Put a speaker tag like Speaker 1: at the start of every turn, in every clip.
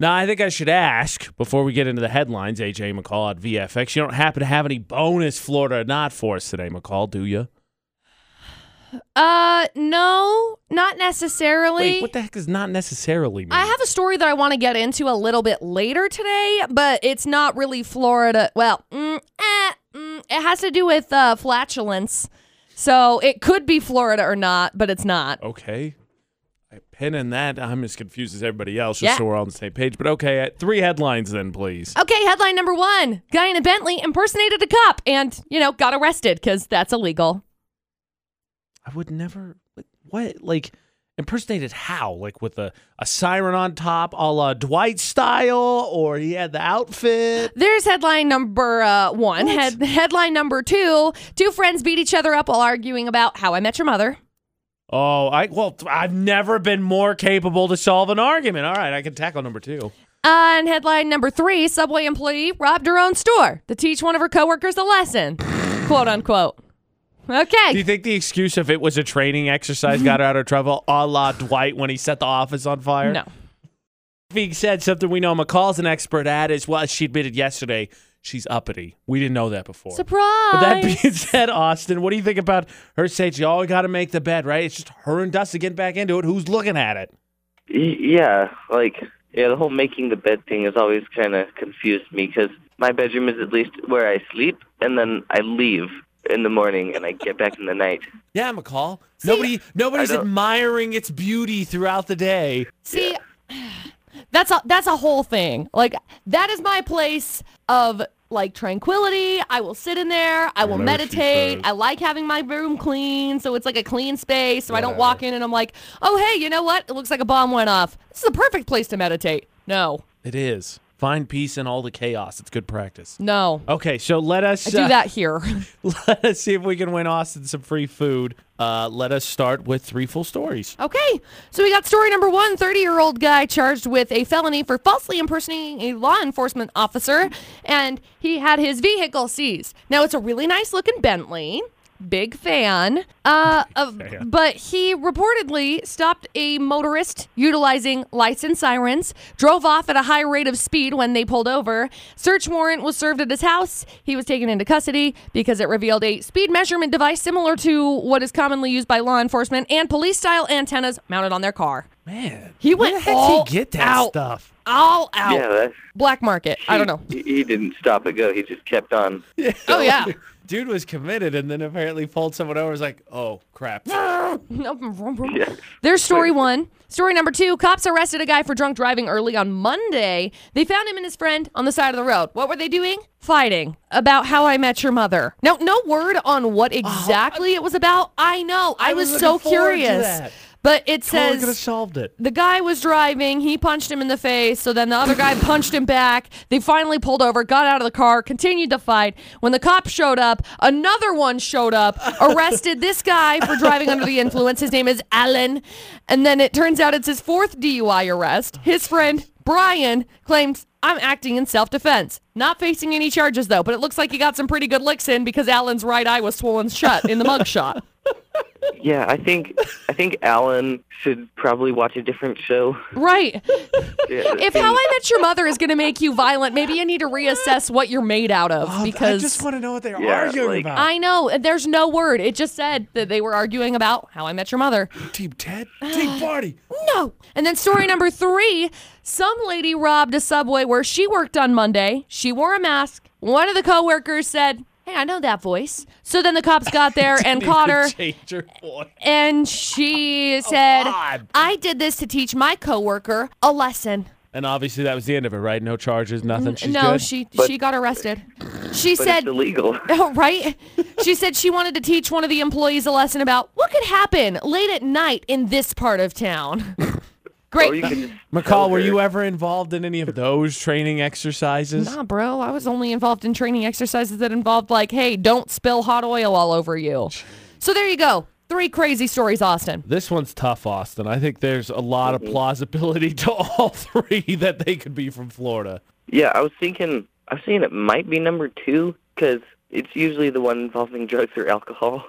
Speaker 1: Now, I think I should ask before we get into the headlines, AJ McCall at VFX. You don't happen to have any bonus Florida or not for us today, McCall, do you?
Speaker 2: Uh, no, not necessarily.
Speaker 1: Wait, what the heck does not necessarily mean?
Speaker 2: I have a story that I want to get into a little bit later today, but it's not really Florida. Well, mm, eh, mm, it has to do with uh, flatulence. So it could be Florida or not, but it's not.
Speaker 1: okay. I pin in that. I'm as confused as everybody else, just
Speaker 2: Yeah. Oh.
Speaker 1: so we're all on the same page. But okay, uh, three headlines then, please.
Speaker 2: Okay, headline number one Guy in a Bentley impersonated a cop and, you know, got arrested because that's illegal.
Speaker 1: I would never. Like, what? Like, impersonated how? Like, with a, a siren on top, a la Dwight style, or he had the outfit?
Speaker 2: There's headline number uh, one. Head- headline number two Two friends beat each other up while arguing about how I met your mother.
Speaker 1: Oh, I well, I've never been more capable to solve an argument. All right, I can tackle number two.
Speaker 2: On Uh, headline number three, Subway employee robbed her own store to teach one of her coworkers a lesson, quote unquote.
Speaker 1: Do you
Speaker 2: Okay.
Speaker 1: think the excuse of it was a training exercise got her out of trouble, a la Dwight when he set the office on fire?
Speaker 2: No.
Speaker 1: Being said, something we know McCall's an expert at is well, she admitted yesterday she's uppity. We didn't know that before.
Speaker 2: Surprise.
Speaker 1: But that being said, Austin, what do you think about her saying she always got to make the bed, right? It's just her and Dustin getting back into it. Who's looking at it?
Speaker 3: Y- Yeah, like yeah, the whole making the bed thing has always kind of confused me 'cause my bedroom is at least where I sleep, and then I leave in the morning and I get back in the night.
Speaker 1: Yeah, McCall. Nobody, nobody's
Speaker 3: I don't-
Speaker 1: admiring its beauty throughout the day.
Speaker 2: See, that's a that's a whole thing. Like that is my place of like tranquility. I will sit in there. I will
Speaker 1: Whatever she
Speaker 2: meditate.
Speaker 1: says.
Speaker 2: I like having my room clean, so it's like a clean space. So I don't walk in and I'm like, oh hey, you know what? It looks like a bomb went off. This is the perfect place to meditate. No,
Speaker 1: It is. Find peace in all the chaos. It's good practice.
Speaker 2: no,
Speaker 1: Okay, so let us
Speaker 2: I do
Speaker 1: uh,
Speaker 2: that here.
Speaker 1: let us see if we can win Austin some free food. Uh, let us start with three full stories.
Speaker 2: Okay, so we got story number one 30 year old guy charged with a felony for falsely impersonating a law enforcement officer, and he had his vehicle seized. Now, it's a really nice looking Bentley. Big fan. Uh, of, but he reportedly stopped a motorist utilizing lights and sirens, drove off at a high rate of speed when they pulled over. Search warrant was served at his house. He was taken into custody because it revealed a speed measurement device similar to what is commonly used by law enforcement and police style antennas mounted on their car.
Speaker 1: Man,
Speaker 2: He went
Speaker 1: where the heck
Speaker 2: all
Speaker 1: did he get that
Speaker 2: out.
Speaker 1: stuff?
Speaker 2: All out.
Speaker 3: Yeah, that,
Speaker 2: Black market. I don't know.
Speaker 3: He, he didn't stop and go. He just kept on.
Speaker 2: Oh, yeah.
Speaker 1: Dude was committed and then apparently pulled someone over. Was like, oh crap.
Speaker 3: Yeah.
Speaker 2: There's story one. Story number two cops arrested a guy for drunk driving early on Monday. They found him and his friend on the side of the road. What were they doing? Fighting about how I met your mother. Now, no word on what exactly it was about. I know. I,
Speaker 1: Oh, I
Speaker 2: was,
Speaker 1: was
Speaker 2: so
Speaker 1: looking forward to
Speaker 2: curious.
Speaker 1: that.
Speaker 2: But it
Speaker 1: Totally could have
Speaker 2: says
Speaker 1: solved it.
Speaker 2: the guy was driving. He punched him in the face. So then the other guy punched him back. They finally pulled over, got out of the car, continued the fight. When the cops showed up, another one showed up, arrested this guy for driving under the influence. His name is Alan. And then it turns out it's his fourth DUI arrest. His friend, Brian, claims. I'm acting in self defense. Not facing any charges though, but it looks like he got some pretty good licks in because Alan's right eye was swollen shut in the mugshot.
Speaker 3: Yeah, I think I think Alan should probably watch a different show.
Speaker 2: Right.
Speaker 3: Yeah,
Speaker 2: If How I Met Your Mother is going to make you violent, maybe you need to reassess what you're made out of because
Speaker 1: Oh, I just want to know what they're
Speaker 3: Yeah,
Speaker 1: arguing
Speaker 3: like-
Speaker 1: about.
Speaker 2: I know and there's no word. It just said that they were arguing about How I Met Your Mother.
Speaker 1: Team Ted, Team Party.
Speaker 2: No. And then story number 3, some lady robbed a Subway where she worked on Monday. She wore a mask. One of the coworkers said, "Hey, I know that voice." So then the cops got there and caught her.
Speaker 1: Change your voice.
Speaker 2: And she said,
Speaker 1: Oh, God.
Speaker 2: I did this to teach my coworker a lesson.
Speaker 1: And obviously that was the end of it, right? No charges, nothing. She's
Speaker 2: no,
Speaker 1: good?
Speaker 2: she
Speaker 3: But-
Speaker 2: she got arrested. She
Speaker 3: but
Speaker 2: said
Speaker 3: it's illegal.
Speaker 2: Oh, right? she said she wanted to teach one of the employees a lesson about what could happen late at night in this part of town.
Speaker 3: Or Oh, you
Speaker 2: Great.
Speaker 3: can just
Speaker 1: McCall,
Speaker 3: tell
Speaker 1: were
Speaker 3: her.
Speaker 1: you ever involved in any of those training exercises?
Speaker 2: Nah, bro, I was only involved in training exercises that involved, like, hey, don't spill hot oil all over you. So there you go. Three crazy stories, Austin.
Speaker 1: This one's tough, Austin. I think there's a lot of plausibility to all three that they could be from Florida.
Speaker 3: Yeah, I was thinking. I was thinking it might be number two 'cause it's usually the one involving drugs or alcohol.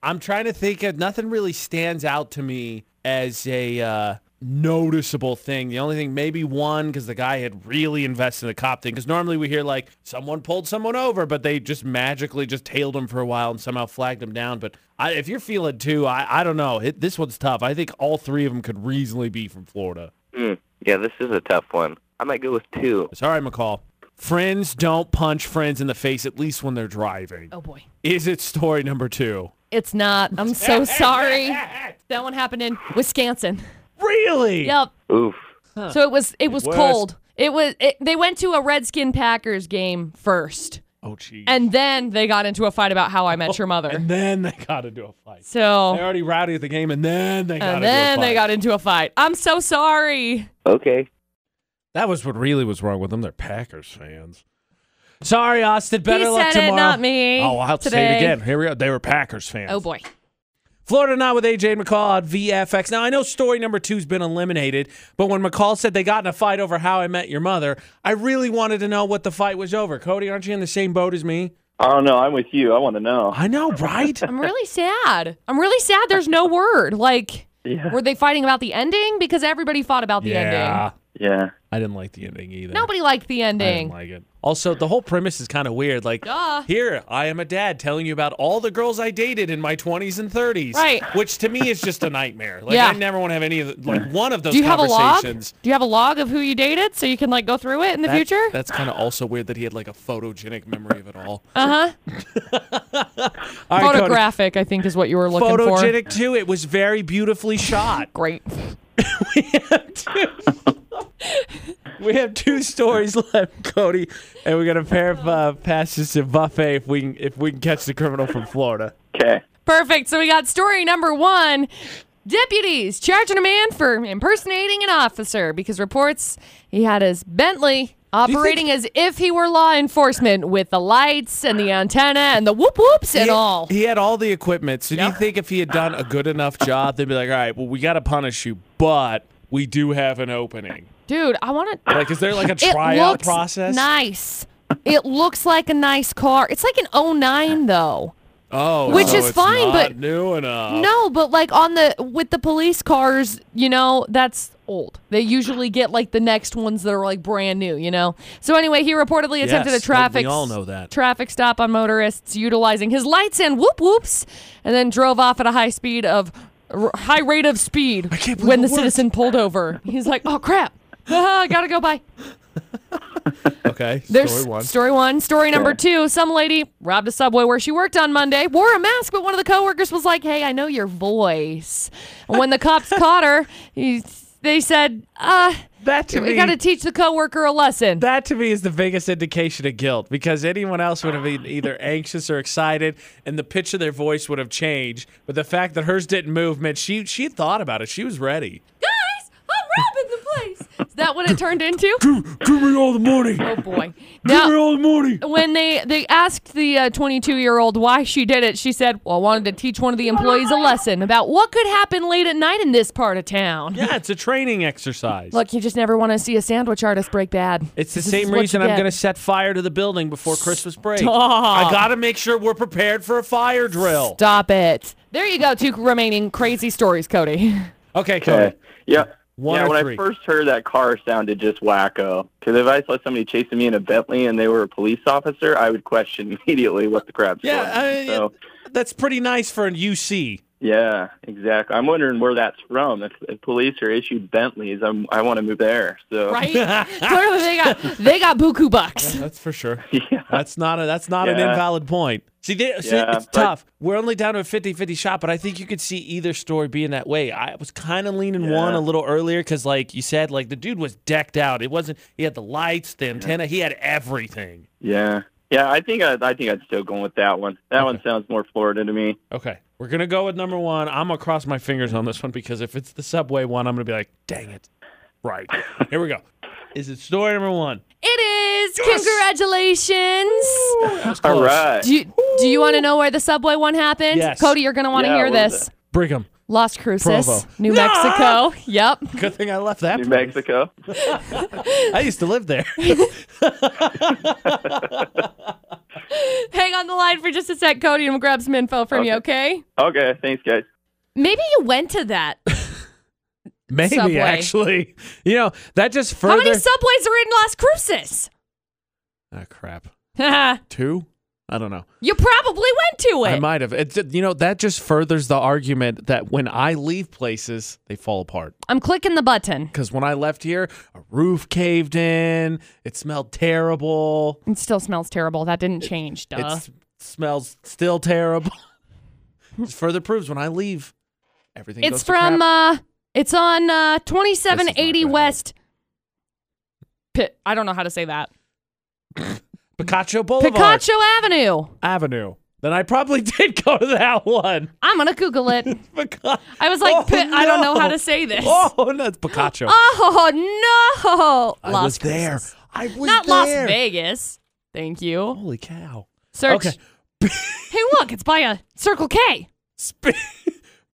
Speaker 1: I'm trying to think of nothing really stands out to me as a uh, noticeable thing. The only thing, maybe one, because the guy had really invested in the cop thing. Because normally we hear like someone pulled someone over, but they just magically just tailed him for a while and somehow flagged him down. But I, if you're feeling two, I, I don't know. It, this one's tough. I think all three of them could reasonably be from Florida.
Speaker 3: Mm, yeah, this is a tough one. I might go with two.
Speaker 1: Sorry, McCall. Friends don't punch friends in the face, at least when they're driving.
Speaker 2: Oh boy.
Speaker 1: Is it story number two?
Speaker 2: It's not. I'm so sorry. That one happened in Wisconsin.
Speaker 1: Really?
Speaker 2: Yep.
Speaker 3: Oof.
Speaker 2: So it was it was
Speaker 1: was.
Speaker 2: cold. It was it, they went to a Redskin Packers game first,
Speaker 1: Oh, jeez.
Speaker 2: and then they got into a fight about how I met your mother.
Speaker 1: And then they got into a fight. They're
Speaker 2: So
Speaker 1: already rowdy at the game, Oh. and then they got
Speaker 2: and
Speaker 1: into
Speaker 2: then
Speaker 1: a fight.
Speaker 2: they got into a fight. I'm so sorry.
Speaker 3: Okay.
Speaker 1: that was what really was wrong with them. They're Packers fans. Sorry, Austin. Better
Speaker 2: he
Speaker 1: luck
Speaker 2: said
Speaker 1: tomorrow.
Speaker 2: it, not me.
Speaker 1: Oh, I'll say it
Speaker 2: today.
Speaker 1: again. Here we go. They were Packers fans.
Speaker 2: Oh boy.
Speaker 1: Florida not with AJ McCall on VFX. Now I know story number two's been eliminated, but when McCall said they got in a fight over how I met your mother, I really wanted to know what the fight was over. Cody, aren't you in the same boat as me?
Speaker 4: I don't know. I'm with you. I want to know.
Speaker 1: I know, right?
Speaker 2: I'm really sad. I'm really sad. There's no word. Like,
Speaker 4: Yeah.
Speaker 2: were they fighting about the ending? Because everybody fought about the ending.
Speaker 1: yeah.
Speaker 4: Yeah.
Speaker 1: I didn't like the ending either.
Speaker 2: Nobody liked the
Speaker 1: I didn't
Speaker 2: ending.
Speaker 1: like it. Also, the whole premise is kind of weird. Like,
Speaker 2: Duh.
Speaker 1: here I am a dad telling you about all the girls I dated in my 20s and 30s,
Speaker 2: Right.
Speaker 1: Which to me is just a nightmare. Like,
Speaker 2: Yeah.
Speaker 1: I never want to have any of the, like one of those
Speaker 2: Do you have a log? Do
Speaker 1: conversations.
Speaker 2: you have a log of who you dated so you can like go through it in the
Speaker 1: That-
Speaker 2: future?
Speaker 1: That's kind of also weird that he had like a photogenic memory of it all.
Speaker 2: Uh huh.
Speaker 1: All right, Cody.
Speaker 2: Photographic, I think, is what you were looking for.
Speaker 1: Photogenic too. It was very beautifully shot.
Speaker 2: Great.
Speaker 1: we have two stories left, Cody, and we got a pair of uh, passes to buffet if we can, if we can catch the criminal from Florida.
Speaker 4: Okay.
Speaker 2: Perfect. So we got story number one. Deputies charging a man for impersonating an officer because reports he had his Bentley operating as if he were law enforcement with the lights and the antenna and the whoop whoops and
Speaker 1: he,
Speaker 2: all.
Speaker 1: He had all the equipment. So do you think if he had done a good enough job, they'd be like, all right, well, we got to punish you, but we do have an opening.
Speaker 2: Dude, I want to.
Speaker 1: Like, is there like a
Speaker 2: It
Speaker 1: tryout
Speaker 2: looks
Speaker 1: process?
Speaker 2: nice. It looks like a nice car. It's like an 09 though.
Speaker 1: oh,
Speaker 2: Which
Speaker 1: so
Speaker 2: is
Speaker 1: it's
Speaker 2: fine,
Speaker 1: not
Speaker 2: but-
Speaker 1: new enough.
Speaker 2: No, but like on the with the police cars, you know, that's old. They usually get like the next ones that are like brand new, you know. So anyway, he reportedly attempted
Speaker 1: Yes,
Speaker 2: a traffic
Speaker 1: we all know that.
Speaker 2: traffic stop on motorists utilizing his lights and whoop whoops, and then drove off at a high speed of r- high rate of speed
Speaker 1: can't believe
Speaker 2: when the
Speaker 1: it worked.
Speaker 2: citizen pulled over. He's like, "Oh crap." Ah, gotta go by.
Speaker 1: Okay.
Speaker 2: There's
Speaker 1: story one.
Speaker 2: Story one. Story number two. Some lady robbed a subway where she worked on Monday, wore a mask, but one of the coworkers was like, "Hey, I know your voice." And when the cops caught her, he, they said, "Uh,
Speaker 1: that to
Speaker 2: we
Speaker 1: me.
Speaker 2: got to teach the coworker a lesson."
Speaker 1: that to me is the biggest indication of guilt because anyone else would have been either anxious or excited and the pitch of their voice would have changed. But the fact that hers didn't move meant she she had thought about it. She was ready.
Speaker 2: Guys, I'm robbing the place. Is that what it turned into?
Speaker 1: Give me all the money.
Speaker 2: Oh boy. Now,
Speaker 1: all the money.
Speaker 2: when they they asked the 22 year old why she did it, she said, "Well, I wanted to teach one of the employees a lesson about what could happen late at night in this part of town."
Speaker 1: Yeah, it's a training exercise.
Speaker 2: Look, you just never want to see a sandwich artist break bad.
Speaker 1: It's the
Speaker 2: This is
Speaker 1: same
Speaker 2: what you
Speaker 1: reason I'm
Speaker 2: get.
Speaker 1: going to set fire to the building before Christmas break.
Speaker 2: Stop.
Speaker 1: I got to make sure we're prepared for a fire drill.
Speaker 2: Stop it. There you go. Two remaining crazy stories, Cody.
Speaker 1: Okay, Cody.
Speaker 4: Okay. Yeah.
Speaker 1: One
Speaker 4: yeah,
Speaker 1: or
Speaker 4: when
Speaker 1: three?
Speaker 4: I first heard that car sounded just wacko. Because if I saw somebody chasing me in a Bentley and they were a police officer, I would question immediately what the crap's
Speaker 1: Yeah,
Speaker 4: going.
Speaker 1: I-
Speaker 4: on. so,
Speaker 1: That's pretty nice for an UC.
Speaker 4: yeah, exactly. I'm wondering where that's from. If, if police are issued Bentleys, I'm, I want to move there. So,
Speaker 2: Right? Clearly they got they got buku bucks.
Speaker 1: That's for sure.
Speaker 4: yeah.
Speaker 1: That's not a that's not an
Speaker 4: Yeah.
Speaker 1: invalid point. See, they, see,
Speaker 4: Yeah,
Speaker 1: it's
Speaker 4: but-
Speaker 1: tough. We're only down to a 50-50 shot, but I think you could see either story being that way. I was kind of leaning one
Speaker 4: Yeah.
Speaker 1: a little earlier because, like you said, like the dude was decked out. It wasn't. He had the lights, the antenna. He had everything.
Speaker 4: Yeah. Yeah, I think I, I think I'd still go with that one. That one sounds more Florida to me.
Speaker 1: Okay, we're gonna go with number one. I'm gonna cross my fingers on this one because if it's the subway one, I'm gonna be like, dang it. Right. Here we go. Is it story number one?
Speaker 2: It is. Congratulations.
Speaker 1: That was
Speaker 4: All
Speaker 1: close.
Speaker 4: right.
Speaker 2: Do you, do you want to know where the subway one happened?
Speaker 1: Yes.
Speaker 2: Cody, you're going to want to
Speaker 4: Yeah,
Speaker 2: hear
Speaker 4: what is
Speaker 2: this.
Speaker 4: it?
Speaker 1: Brigham.
Speaker 2: Las Cruces,
Speaker 1: Provo.
Speaker 2: New
Speaker 1: No!
Speaker 2: Mexico. Yep.
Speaker 1: Good thing I left that.
Speaker 4: New
Speaker 1: place.
Speaker 4: Mexico.
Speaker 1: I used to live there.
Speaker 2: Hang on the line for just a sec, Cody, and we'll grab some info from you, okay?
Speaker 4: Okay, thanks guys.
Speaker 2: Maybe you went to that
Speaker 1: Maybe
Speaker 2: Subway.
Speaker 1: actually, you know that just further.
Speaker 2: How many subways are in Las Cruces?
Speaker 1: Ah, crap.
Speaker 2: you
Speaker 1: Two? I don't know.
Speaker 2: probably went to it.
Speaker 1: I might have. It, you know that just furthers the argument that when I leave places, they fall apart.
Speaker 2: I'm clicking the button.
Speaker 1: Because when I left here, a roof caved in. It smelled terrible.
Speaker 2: It still smells terrible. That didn't change, duh.
Speaker 1: It s- smells still terrible. Just further proves when I leave, everything.
Speaker 2: It's
Speaker 1: goes to crap.
Speaker 2: from uh it's on uh
Speaker 1: This is
Speaker 2: 2780
Speaker 1: not good.
Speaker 2: West Pit I don't know how to say that.
Speaker 1: Picacho Boulevard
Speaker 2: Picacho Avenue.
Speaker 1: Avenue. Then I probably did go to that one.
Speaker 2: I'm gonna Google it.
Speaker 1: Pica-
Speaker 2: I was like,
Speaker 1: Oh,
Speaker 2: "Pi- I don't know how
Speaker 1: no.
Speaker 2: to say this.
Speaker 1: Oh, no, it's Picacho.
Speaker 2: Oh no.
Speaker 1: I
Speaker 2: Las
Speaker 1: was there.
Speaker 2: Cruces.
Speaker 1: I was
Speaker 2: Not Las
Speaker 1: there.
Speaker 2: Vegas. Thank you.
Speaker 1: Holy cow.
Speaker 2: Search.
Speaker 1: Okay.
Speaker 2: hey look, it's by a Circle K.
Speaker 1: Spe-